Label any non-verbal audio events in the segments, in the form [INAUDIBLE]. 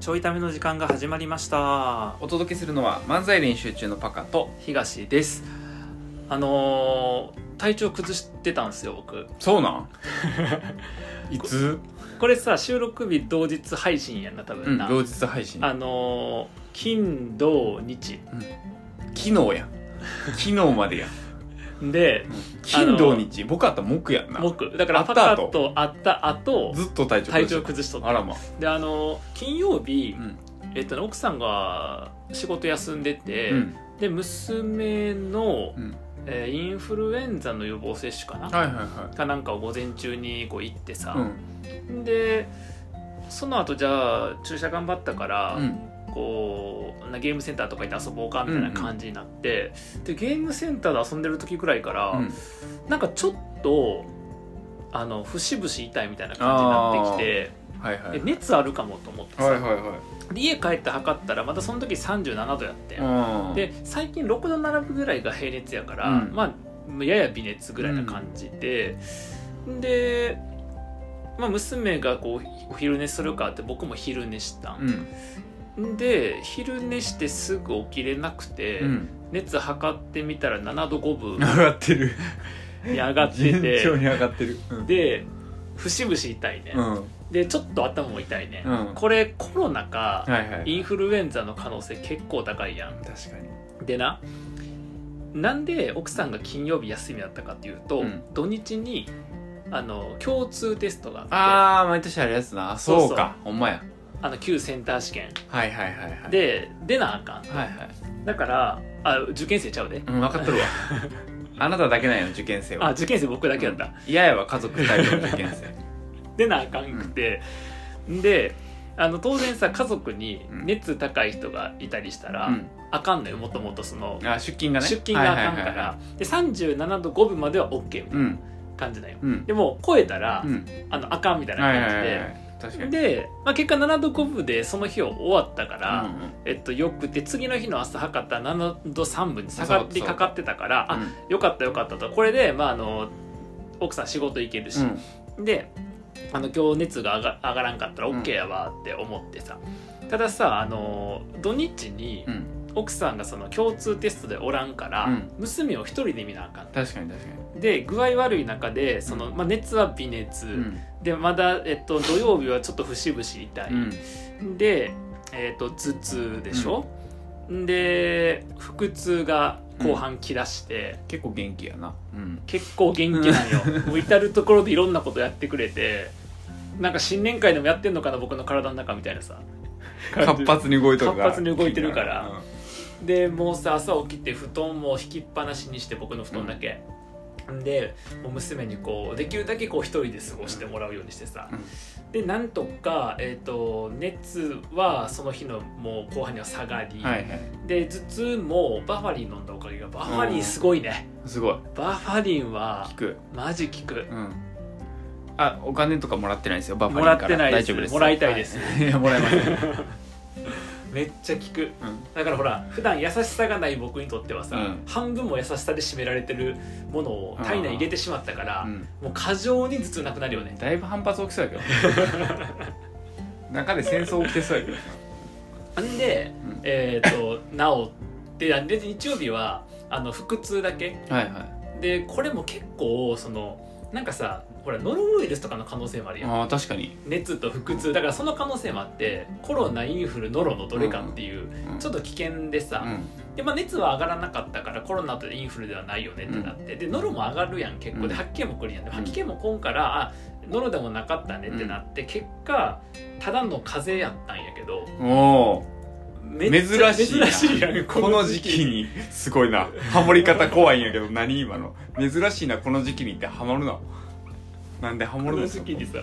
ちょいための時間が始まりましたお届けするのは漫才練習中のパカと東ですあのー体調崩してたんですよ僕そうなん [LAUGHS] いつこれさ収録日同日配信やんな多う分んな、同日配信あのー金土日昨日 [LAUGHS] や昨日までやで金土日僕あったら木やんな僕だからあっパたカ後と会った後ずっと体調体崩し調て崩しとったあらまあであのー金曜日、うんえっとね、奥さんが仕事休んでて、うんで娘の、うんえーインフルエンザの予防接種かな、はいはいはかなんかを午前中にこう行っていさ、でその後じゃあ注射頑張ったから、うんこうなゲームセンターとか行って遊ぼうかみたいな感じになって、でゲームセンターで遊んでる時くらいから、うんなんかちょっとあの節々痛いみたいな感じになってきてはいはでい熱あるかもと思ってさ、はいはいはで家帰って測ったらまたその時37度やって、いうんで最近6度並ぶぐらいが平熱やから、うんまあやや微熱ぐらいな感じで、で、まあ、娘がこうお昼寝するかって僕も昼寝した、うんんで昼寝してすぐ起きれなくて、うん熱測ってみたら7度5分 [LAUGHS] 上がってるに上がって順調てに上がってるうんで節々痛いね、うんでちょっと頭も痛いね、うんこれコロナか、はいはいインフルエンザの可能性結構高いやん確かにでななんで奥さんが金曜日休みだったかっていうと、うん土日にあの共通テストがあってあー毎年あるやつなそうそうそうかほんまやあの旧センター試験はいはいはいはいで出なあかんはいはいだからあ受験生ちゃうでうん分かっ [LAUGHS] とるわあなただけなんよ受験生はあ受験生僕だけやった、嫌やわ家族2人の受験生出なあかんくて、であの当然さ家族にうん熱高い人がいたりしたら、うん [LAUGHS] あかんのよもともとそのあ出勤がね出勤があかんはいかはいはいはらで37度5分までは OK みたいいうんな感じだようんでも超えたら、うんあのあかんみたいなはいは感じいはいはで。い確かにで、まあ、結果7度5分でその日を終わったから、うんうんえっと、よくて次の日の朝測ったら7度3分に下がってかかってたからうんあよかったよかったとこれで、まあ、あの奥さん仕事行けるし、であの今日熱が上が上がらんかったらうん OK やわって思ってさ、たださあの土日にうんうん奥さんがその共通テストでおらんから、うん娘を一人で見なあかん確かに確かにで具合悪い中でその、まあ、熱は微熱、うんでまだ、えっと、土曜日はちょっと節々痛い、うんで、えー、と頭痛でしょ、で腹痛が後半きだして、結構元気やなうん結構元気 [LAUGHS] なんよもう至る所でいろんなことやってくれてなんか新年会でもやってんのかな僕の体の中みたいなさ活発に動いとるから活発に動いてるからでもうさ朝起きて布団も引きっぱなしにして僕の布団だけ、でもう娘にこうできるだけこう一人で過ごしてもらうようにしてさ、うんでなんとか、えー、と熱はその日のもう後半には下がり、うんはいはいで頭痛もバファリン飲んだおかげがバファリンすごいね、すごいバファリンは聞くマジ効くうんあお金とかもらってないですよバファリンもからってないです大丈夫ですもらいたいですはいやもらい [LAUGHS] ませんめっちゃ効くうんだからほら普段優しさがない僕にとってはさ、うん半分も優しさで占められてるものを体内に入れてしまったから、うんもう過剰に頭痛なくなるよねだいぶ反発起きそうや [LAUGHS] けど中で戦争起きてそうやけどんで、うんえっ、と治ってあで日曜日はあの腹痛だけはいはいでこれも結構そのなんかさほらノロウイルスとかの可能性もあるやんああ確かに熱と腹痛だからその可能性もあってコロナインフルノロのどれかっていう、ちょっっと危険でさ、でまあ、熱は上がらなかったからコロナとインフルではないよねってなって、でノロも上がるやん結構でうん吐き気も来るやんでうん吐き気も来んからあノロでもなかったねってなって、結果ただの風邪やったんやけどうんおおめ珍っちゃしいな珍しいやんこの時期にすごいなハモり方怖いんやけど何今の珍しいなこの時期にってハマるななんでハモこるんのです時か期にさ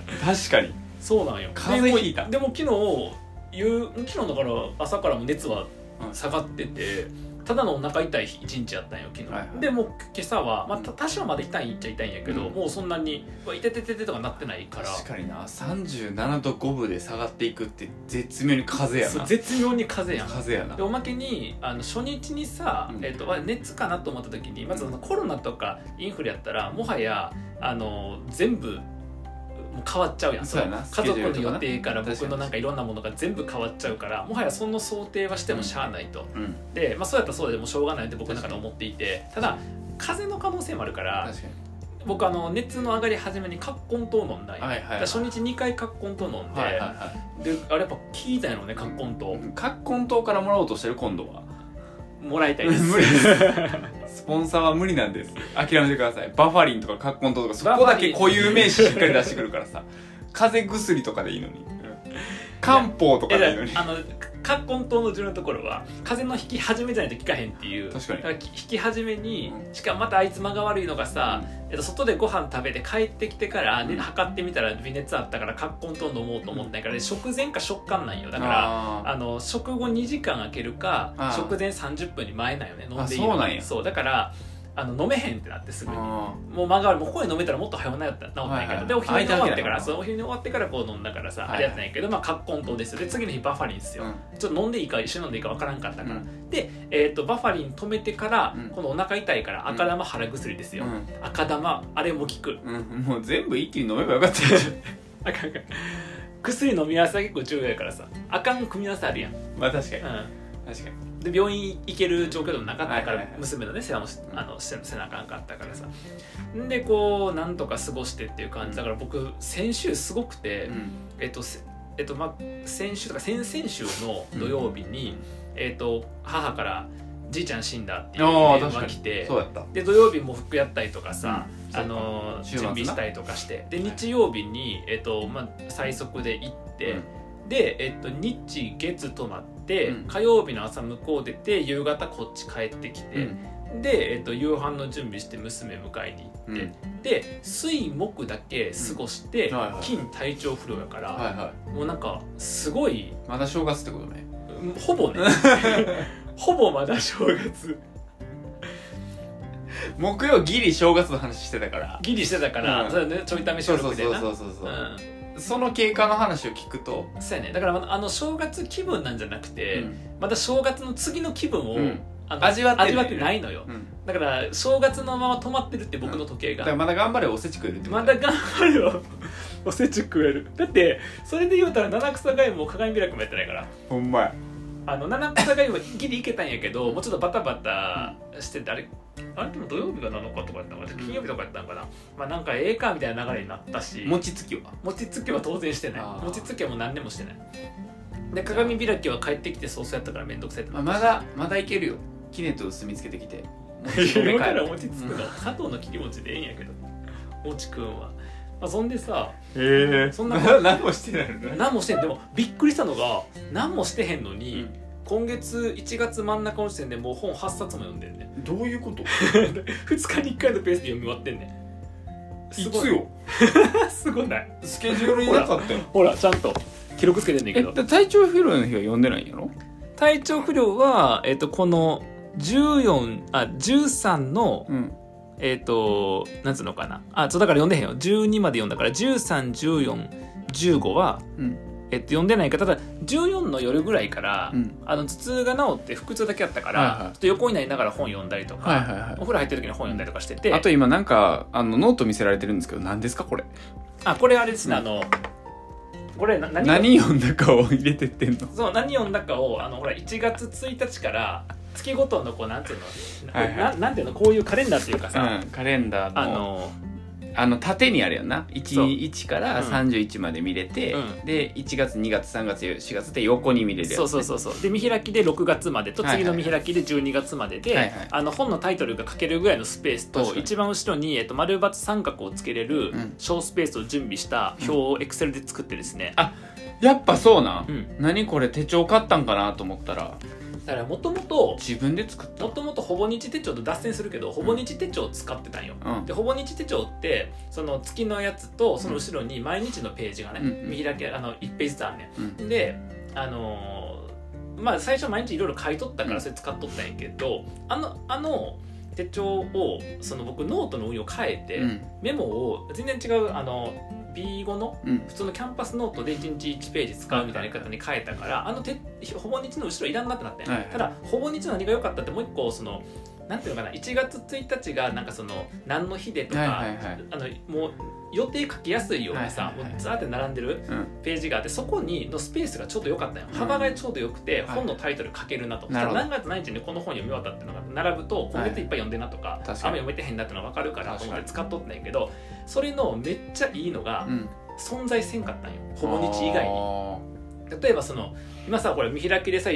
確かにそうなんよ風邪ひいたでもでも昨日夕昨日だから朝からも熱は下がってて、ただのお腹痛い一日やったんよ昨日、はいはいでもう今朝は、まあ、た多少まで痛いっちゃ痛いんやけど、うんもうそんなに「うわ痛てててて」とかなってないから確かにな37度5分で下がっていくって絶妙に風やそうな絶妙に風邪やん風やなでおまけにあの初日にさ、うんえっとわ熱かなと思った時にまずそのコロナとかインフルやったらもはやあの全部もう変わっちゃうやんそうやなその家スケジュール族のとか予な定から僕確かのになんかいろんなものが全部変わっちゃうからもはやその想定はしてもしゃあないと、うんで、まあ、そうやったらそうでもしょうがないって僕の中で思っていてただ風邪の可能性もあるから確か僕あの熱の上がり始めにカッコン糖飲んだんよ、はいはいはいだから初日2回カッコン糖飲んにで、はいはいはであれやっぱ効いたんやろねカッコン糖、いカッコン島からもらおうとしてる今度はもらいたいです [LAUGHS] 無理ですスポンサーは無理なんです諦めてくださいバファリンとかカッコン島とかそこだけ固有名詞しっかり出してくるからさ風邪薬とかでいいのに漢方とかえでいいのだにからあのカッコン糖の重要なところは風の引き始めじゃないと効かへんっていう確かにだらき引き始めにしかもまたあいつ間が悪いのがさ、えっと、外でご飯食べて帰ってきてから、ね、うん測ってみたら微熱あったからカッコン糖飲もうと思ったんやから、で食前か食間なんよだからあーあの食後2時間空けるかあー食前30分に前なんよね飲んでいいのあそうなんやそうだからあの飲めへんってなってすぐにあもう間が悪いもうここで飲めたらもっと早くなった治ったんやけど、はいはいでお昼に終わってからあいただけだからそうお昼に終わってからこう飲んだからさ、はいはいあれやったんやけどまあカッコン糖ですよで次の日バファリンですーよ、うんちょっと飲んでいいか一緒に飲んでいいかわからんかったから、うで、えー、とバファリン止めてから、うんこのお腹痛いから赤玉腹薬ですよ、うん赤玉あれも効くうん、もう全部一気に飲めばよかったよあかんあかん薬飲み合わせは結構重要やからさあかん組み合わせあるやん、うまあ確かにん、確かにで病院行ける状況でもなかったから、はいはいはい娘のね世話もしうんあのせせなあかんかったからさんでこうなんとか過ごしてっていう感じだから僕先週すごくて、うんえっとせえっとまあ先週とか先々週の土曜日に、えっと母から「じいちゃん死んだ」っていう電あ話あ確がか来にてそうやったで土曜日も服やったりとかさ、うんあのそう準か備したりとかしてで日曜日に、えっとまあ、最速で行って、うんで、えっと、日月泊まって、うん火曜日の朝向こう出て夕方こっち帰ってきうて、んで、えっと、夕飯の準備して娘迎えに行って、で水木だけ過ごして、うんはいはい金体調不良やから、はいはもうなんかすごいいまだ正月ってことねうんほぼね [LAUGHS] ほぼまだ正月木曜ギリ正月の話してたからギリしてたから、うんそれね、ちょいためそ収うそう録でそうな。そうそうそううんその経過の話を聞くとそうやねだからあのあの正月気分なんじゃなくて、うんまた正月の次の気分を、うんあの味わってないないのようんだから正月のまま止まってるって僕の時計だが、からまだ頑張れおせち食えるってことまだ頑張るよ [LAUGHS] おせち食えるだってそれで言うたら七草がゆも鏡開くもやってないからほんまやあの七草がゆはギリいけたんやけどもうちょっとバタバタしててあれあれでも土曜日が7日とかやったのかな金曜日とかやったのかな、まあなんかええかみたいな流れになったし餅つきは餅つきは当然してないあー餅つきはもう何でもしてないで鏡開きは帰ってきて早々やったから面倒くさいってなまっあたまだまだいけるよキネと薄見つけてき [LAUGHS] て [LAUGHS] 餅今米か帰らろう餅つくの佐藤の切り餅でええんやけど餅くんは、まあ、そんでさへえそそんんななこと [LAUGHS] 何もしてないのね何もしてんでもびっくりしたのが何もしてへんのうに、ん今月1月真ん中の時点でもう本8冊も読んでん [LAUGHS] ねどういうこと2日に1回のペースで読み終わってんねんいすごついよ [LAUGHS] すごないスケジュールになかったよほらちゃんと記録つけてんねんけえどだ体調不良の日は呼んでないんやろ体調不良は、えっとこの14あ13のうんえっ、となんつうのかなあそうだから読んでへんよ12まで読んだから131415は、うんえっと読んでないからただ14の夜ぐらいから、うんあの頭痛が治って腹痛だけあったから、はいはちいょっと横になりながら本読んだりとか、はいはいはいお風呂入ってる時に本読んだりとかしててあと今なんかあのノート見せられてるんですけど何ですかこれあこれあれですね、うんあのこれな何が何読んだかを入れてってんのそう何読んだかをあのほら1月1日から月ごとのこうなんていうの、はいはいななんていうのこういうカレンダーっていうかさ、うん、カレンダーのああのの縦にあるやんなそう11からうん31まで見れて、うんで1月2月3月4月って横に見れるやつそうそうそうそうで見開きで6月までとはいはい次の見開きで12月までで、はいはいあの本のタイトルが書けるぐらいのスペース確とかに一番後ろに、えっと、丸×三角をつけれるうん小スペースを準備した表をエクセルで作ってですね、やっぱそうなん、うん何これ手帳買ったんかなと思ったらだからもともと自分で作ったもともとほぼ日手帳と脱線するけどほぼ日手帳を使ってたんよ、うんでほぼ日手帳ってその月のやつとその後ろに毎日のページがね、うん見開きあの1ページずつあんねんうんであのーまあ最初毎日いろいろ買い取ったからそれ使っとったんやけど、あのあの手帳をその僕ノートの運用変えて、うんメモを全然違うあの B5 のうん普通のキャンパスノートで1日1ページ使うみたいなやり方に変えたからあのてほぼ日の後ろいらんなってなってん、はいはいただほぼ日の何が良かったってもう一個そのなんていうのかな1月1日がなんかその何の日でとか、はいはいはいあのもう予定書きやすいようにさ、はいはいはいもうザーって並んでるうんページがあってそこにのスペースがちょうど良かったようん幅がちょうど良くて、い本のタイトル書けるなと、なるほど何月何日にこの本読み終わったっていうのが並ぶと今月いっぱい読んでんなとか,、確かあんにま読めてへんなってのが分かるからと思って使っとったんやけどそれのめっちゃいいのがうん存在せんかったんよほぼ日以外に。例えばその今さこれ見開きでさ、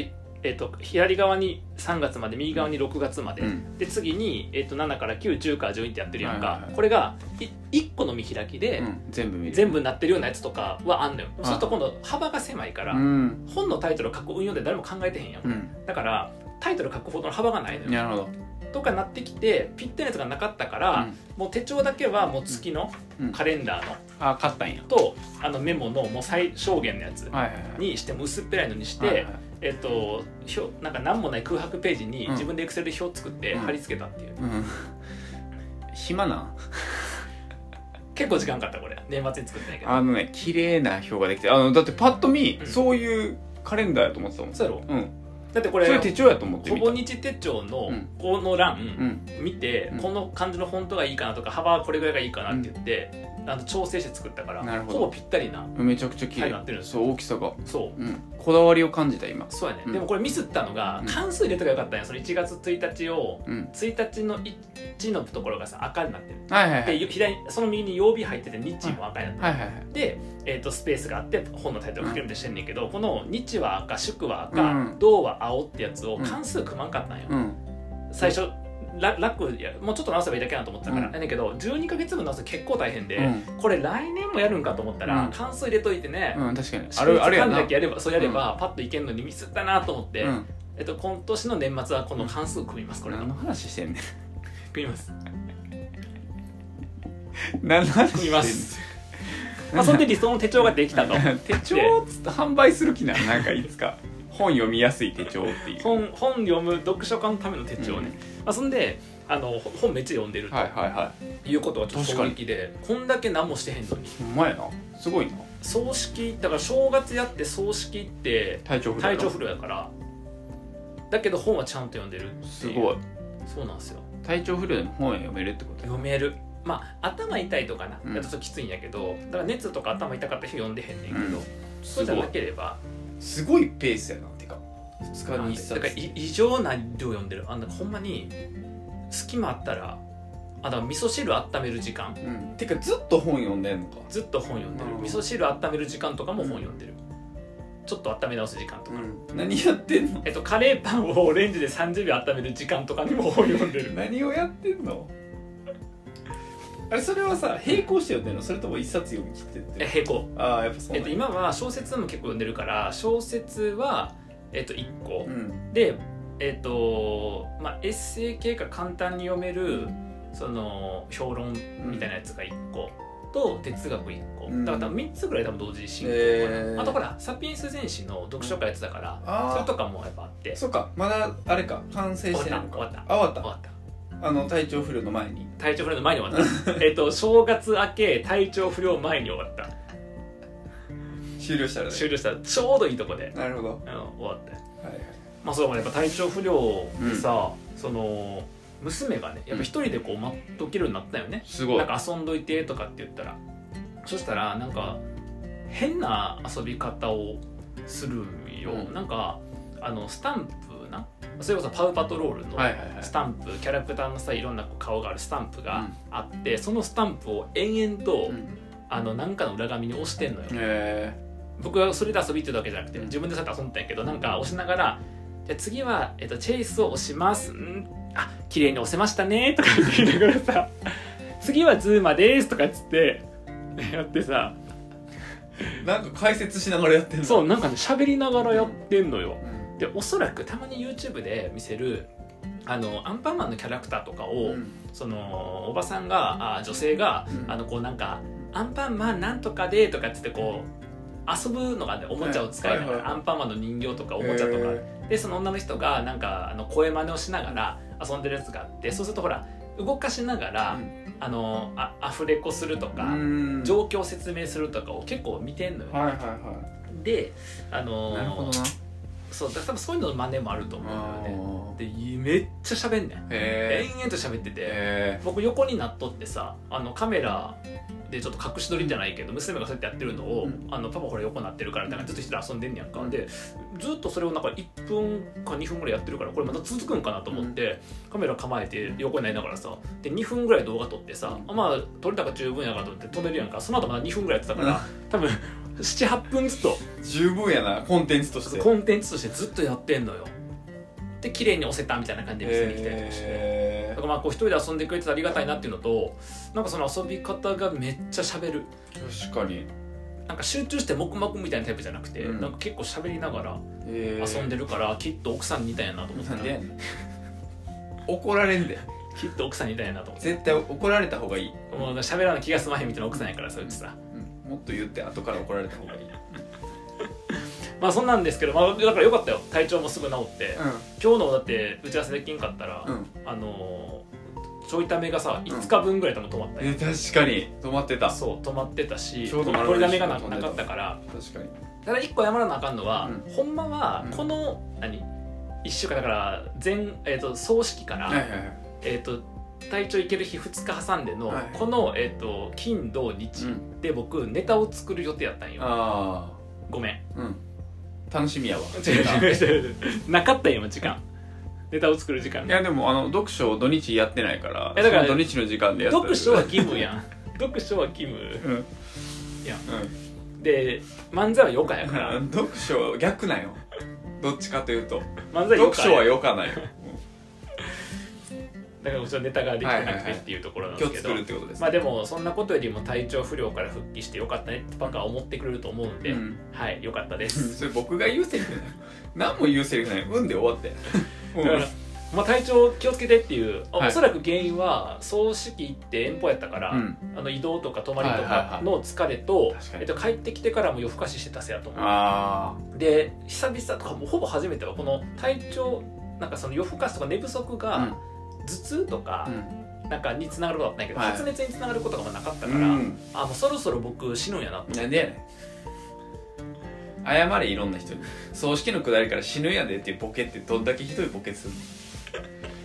えー、と左側に3月まで右側に6月まで、うんで次に、えー、と7から910から11ってやってるやんか、はいはいはいこれが1個の見開きでうん全部見る全部なってるようなやつとかはあんのよ、いそうすると今度幅が狭いから、うん本のタイトルを書く運用で誰も考えてへんやん、うんだからタイトル書くほどの幅がないのよなるほどとかなってきてぴったりのやつがなかったから、もう手帳だけはもう月のうんカレンダーのあ勝ったんやとあのメモのもう最小限のやつはいはいはいにしても薄っぺらいのにして、はいはいえっと、表なんか何もない空白ページにうん自分でエクセルで表作ってうん貼り付けたっていう、うん [LAUGHS] 暇なん結構時間かかったこれ年末に作ってないけどあのね綺麗な表ができてあのだってパッと見、うんそういうカレンダーやと思ってたもんそうやろうんだってこそれれ手帳やと思ってほ見たぼ日手帳のうんこのう欄ん見て、うんこの感じのフォントがいいかなとか幅はこれぐらいがいいかなって言って、あの調整して作ったからなるほどぼぴったりなめちゃくちゃ綺はいなってるん麗ですそう大きさがそううんこだわりを感じた今そうやね、うんでもこれミスったのがうん関数入れとかよかったんやその1月1日をうん1日の1のところがさ赤になってるはいはいはでい左その右に曜日入ってて日も赤になってる、はいはいはいで、えー、とスペースがあって本のタイトル書けるみたいにしてんねんけど、この「日は赤祝は赤、うん銅は青」ってやつをうん関数組まんかったんよ、うん最初ら楽やもうちょっと直せばいいだけやなと思ってたから、うんやねんけど12か月分直すの結構大変で、うこれ来年もやるんかと思ったら、うん関数入れといてね、んうん確かに週あれ一あれや間なだけやればそうやればパッといけんのにミスったなと思って、うんえっと、今年の年末はこの関数組みますこれの何の話してんね組みますん [LAUGHS] 何の話組してみんまねん [LAUGHS] すまあそれで理想の手帳ができたと手帳つって販売する気なんなんかいつか本読みやすい手帳っていう本本読む読書家のための手帳ね、まあ、そんであのほ本めっちゃ読んでるはいはいはいということがちょっと衝撃でこんだけ何もしてへんのにほんまやなすごいな葬式だから正月やって葬式って体調不良や体ろ調不良やからだけど本はちゃんと読んでるっていうすごいそうなんですよ体調不良でも本読めるってことや読めるまあ頭痛いとかなうんやとちょっときついんやけど、だから熱とか頭痛かった日読んでへんねんけど、うんそうじゃなければすごいペースやなってか2だからだからい異常な量読んでるあんなほんまに隙間あったらあだから味噌汁温める時間うんてかずっと本読んでんのかずっと本読んでるうん味噌汁温める時間とかも本読んでる、ちょっと温め直す時間とか、何やってんのえっと、カレーパンをレンジで30秒温める時間とかにも本読んで [LAUGHS] る何をやってんのあれそれはさ並行して読んでんのそれとも一冊読み切ってっえて並行、ああやっぱそうえっなんと、や今は小説も結構読んでるから小説は、えっと、1個、うんでえっとまあエッセイ系が簡単に読めるその評論みたいなやつが1個と哲学1個、うんだから多分3つぐらい多分同時進行かなへーあとほらサピエンス全史の読書会やってたから、それあとかもやっぱあってあそっかまだあれか完成してないのか終わったあ終わっ終たわったあの体調不良の前に体調不良の前に終わった [LAUGHS] えっと正月明け体調不良前に終わった終了したらね終了したちょうどいいとこで、なるほどはうん、終わったいはいまあそうだからやっぱ体調不良でさ、その娘がねやっぱ一人でこう待っとけるようになったよね、すごなんか遊んどいてとかって言ったらそしたらなんか変な遊び方をするんよ、うんなんかあのスタンプなそれこそパウパトロールのはいはいはいスタンプ、キャラクターのさいろんなこう顔があるスタンプがあって、そのスタンプを延々と、うんあのなんかの裏紙に押してんのよ、へ僕はそれで遊びっていうだけじゃなくて自分でそうやって遊んだんやけどなんか押しながら「じゃあ次は、えっと、チェイスを押します」ん「あ綺麗に押せましたね」とか言って言いながらさ「次はズーマです」とかっつってやってさえなんか解説しながらやってんの、そううなんかね喋りながらやってんのようんでおそらくたまに YouTube で見せるあのアンパンマンのキャラクターとかを、うんそのおばさんがあ女性が、うんあのこうなんか「アンパンマンなんとかで」とかっつってこう遊ぶのがねおもちゃを使いながら、はいはいはいアンパンマンの人形とかおもちゃとか、へでその女の人がなんかあの声真似をしながら遊んでるやつがあってそうするとほら動かしながら、うんあのあアフレコするとえか、うん状況説明するとかを結構見てんのよ、はいはいはであいのなるほどなそうだから多分そういうのの真似もあると思うんだよねへでめっちゃ喋んねん延え々と喋ってて、へ僕横になっとってさあのカメラでちょっと隠し撮りじゃないけど娘がそうやってやってるのを、うんあのパパほら横になってるからだからずっと一人で遊んでんねやんか、うんでずっとそれをなんか1分か2分ぐらいやってるからこれまた続くんかなと思って、カメラ構えて横になりながらさで2分ぐらい動画撮ってさ、うあまあ撮れたから十分やからと思って止めるやんかその後また2分ぐらいやってたから、うん多分78分ずっと十分やなコンテンツとしてコンテンツとしてずっとやってんのよで綺麗に押せたみたいな感じで見せに来たりとかして。へだからまあこう一人で遊んでくれててありがたいなっていうのとなんかその遊び方がめっちゃ喋るー確かになんか集中して黙々みたいなタイプじゃなくて、うんなんか結構喋りながら遊遊んでるから、きっと奥さんに似たんやなと思ってなんでやねん怒られんできっと奥さんに似たんやなと思って絶対怒られた方がいい、もう喋らな気が済まへんみたいな奥さんやからそういうちさうん、もっと言って後から怒られた方がいい、 [LAUGHS] まあそんなんですけど、まあ、だからよかったよ体調もすぐ治って、今日のだって打ち合わせできんかったら、うんあのーちょいためがさ5日分ぐらい多分止まったよ、え確かに止まってた確そう止まってたしちょうどこれだめがななかったからかにただ一個謝らなあかんのは、うほんまはうんこの、何1週間だから前、えー、と葬式から、はいはいはいえー、と体調いける日2日挟んでの、はいこの、えー、と金土日うんで僕ネタを作る予定やったんよ、あごめんあうん楽しみやわ [LAUGHS] なかったんよ今時間ネタを作る時間いやでもあの読書を土日やってないからえだからその土日の時間でやった読ら書は義務やん読書は義務うんいやうで漫才は余暇やからん、読書は逆なんよどっちかというと漫才余読暇書はや余暇なんよだからちょっとネタができてなくてっていうところなんで今す日けど、作るってことですまあでもそんなことよりも体調不良から復帰してよかったねってパカは思ってくれると思うんで、うんはいよかったでうんす、それ僕が言うセリフだよ何も言うセリフない運で終わって [LAUGHS] だから、まあ、体調気をつけてっていう、あはいおそらく原因は葬式行って遠方やったから、うんあの移動とか泊まりとはいはいはかいの疲れと、確かにえっと、帰ってきてからも夜更かししてたせやと思あうで久々とかもうほぼ初めてはこの体調なんかその夜更かしとか寝不足が、うん頭痛とかあ、なんかにつながることだったんやけど、はい発熱につながることがもうなかっただから、あもうそろそろ僕死ぬんやなとなんでやねん謝れいろんな人に葬式のくだりから死ぬやでっていうボケってどんだけひどいボケする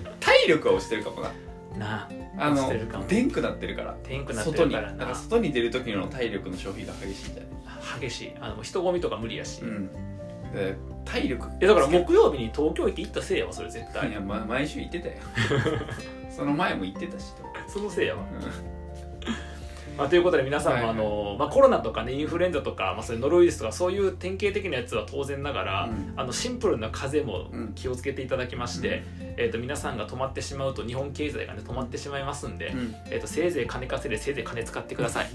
の体力は落ちてるかもななああ落のちてるかもでんくなってるから天くなって外るにかだらかなら外に出る時の体力の消費が激しいんじゃない激しいあの人混みとか無理やし、うんで体力えだから木曜日に東京行って行ったせいやわそれ絶い対や、ま、毎週行って [LAUGHS] たよその前も行ってたしとそのせいやわ、うまあ、ということで皆さんも、はいはいあのまあ、コロナとかねインフルエンザとか、まあ、それノロウイルスとかそういう典型的なやつは当然ながら、うんあのシンプルな風邪もうん気をつけていただきまして、えー、と皆さんが止まってしまうと日本経済がね止まってしまいますんで、んえー、とせいぜい金稼いでせいぜい金使ってください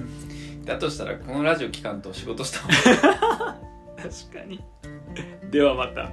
だとしたらこのラジオ期間と仕事した方が確かにではまた。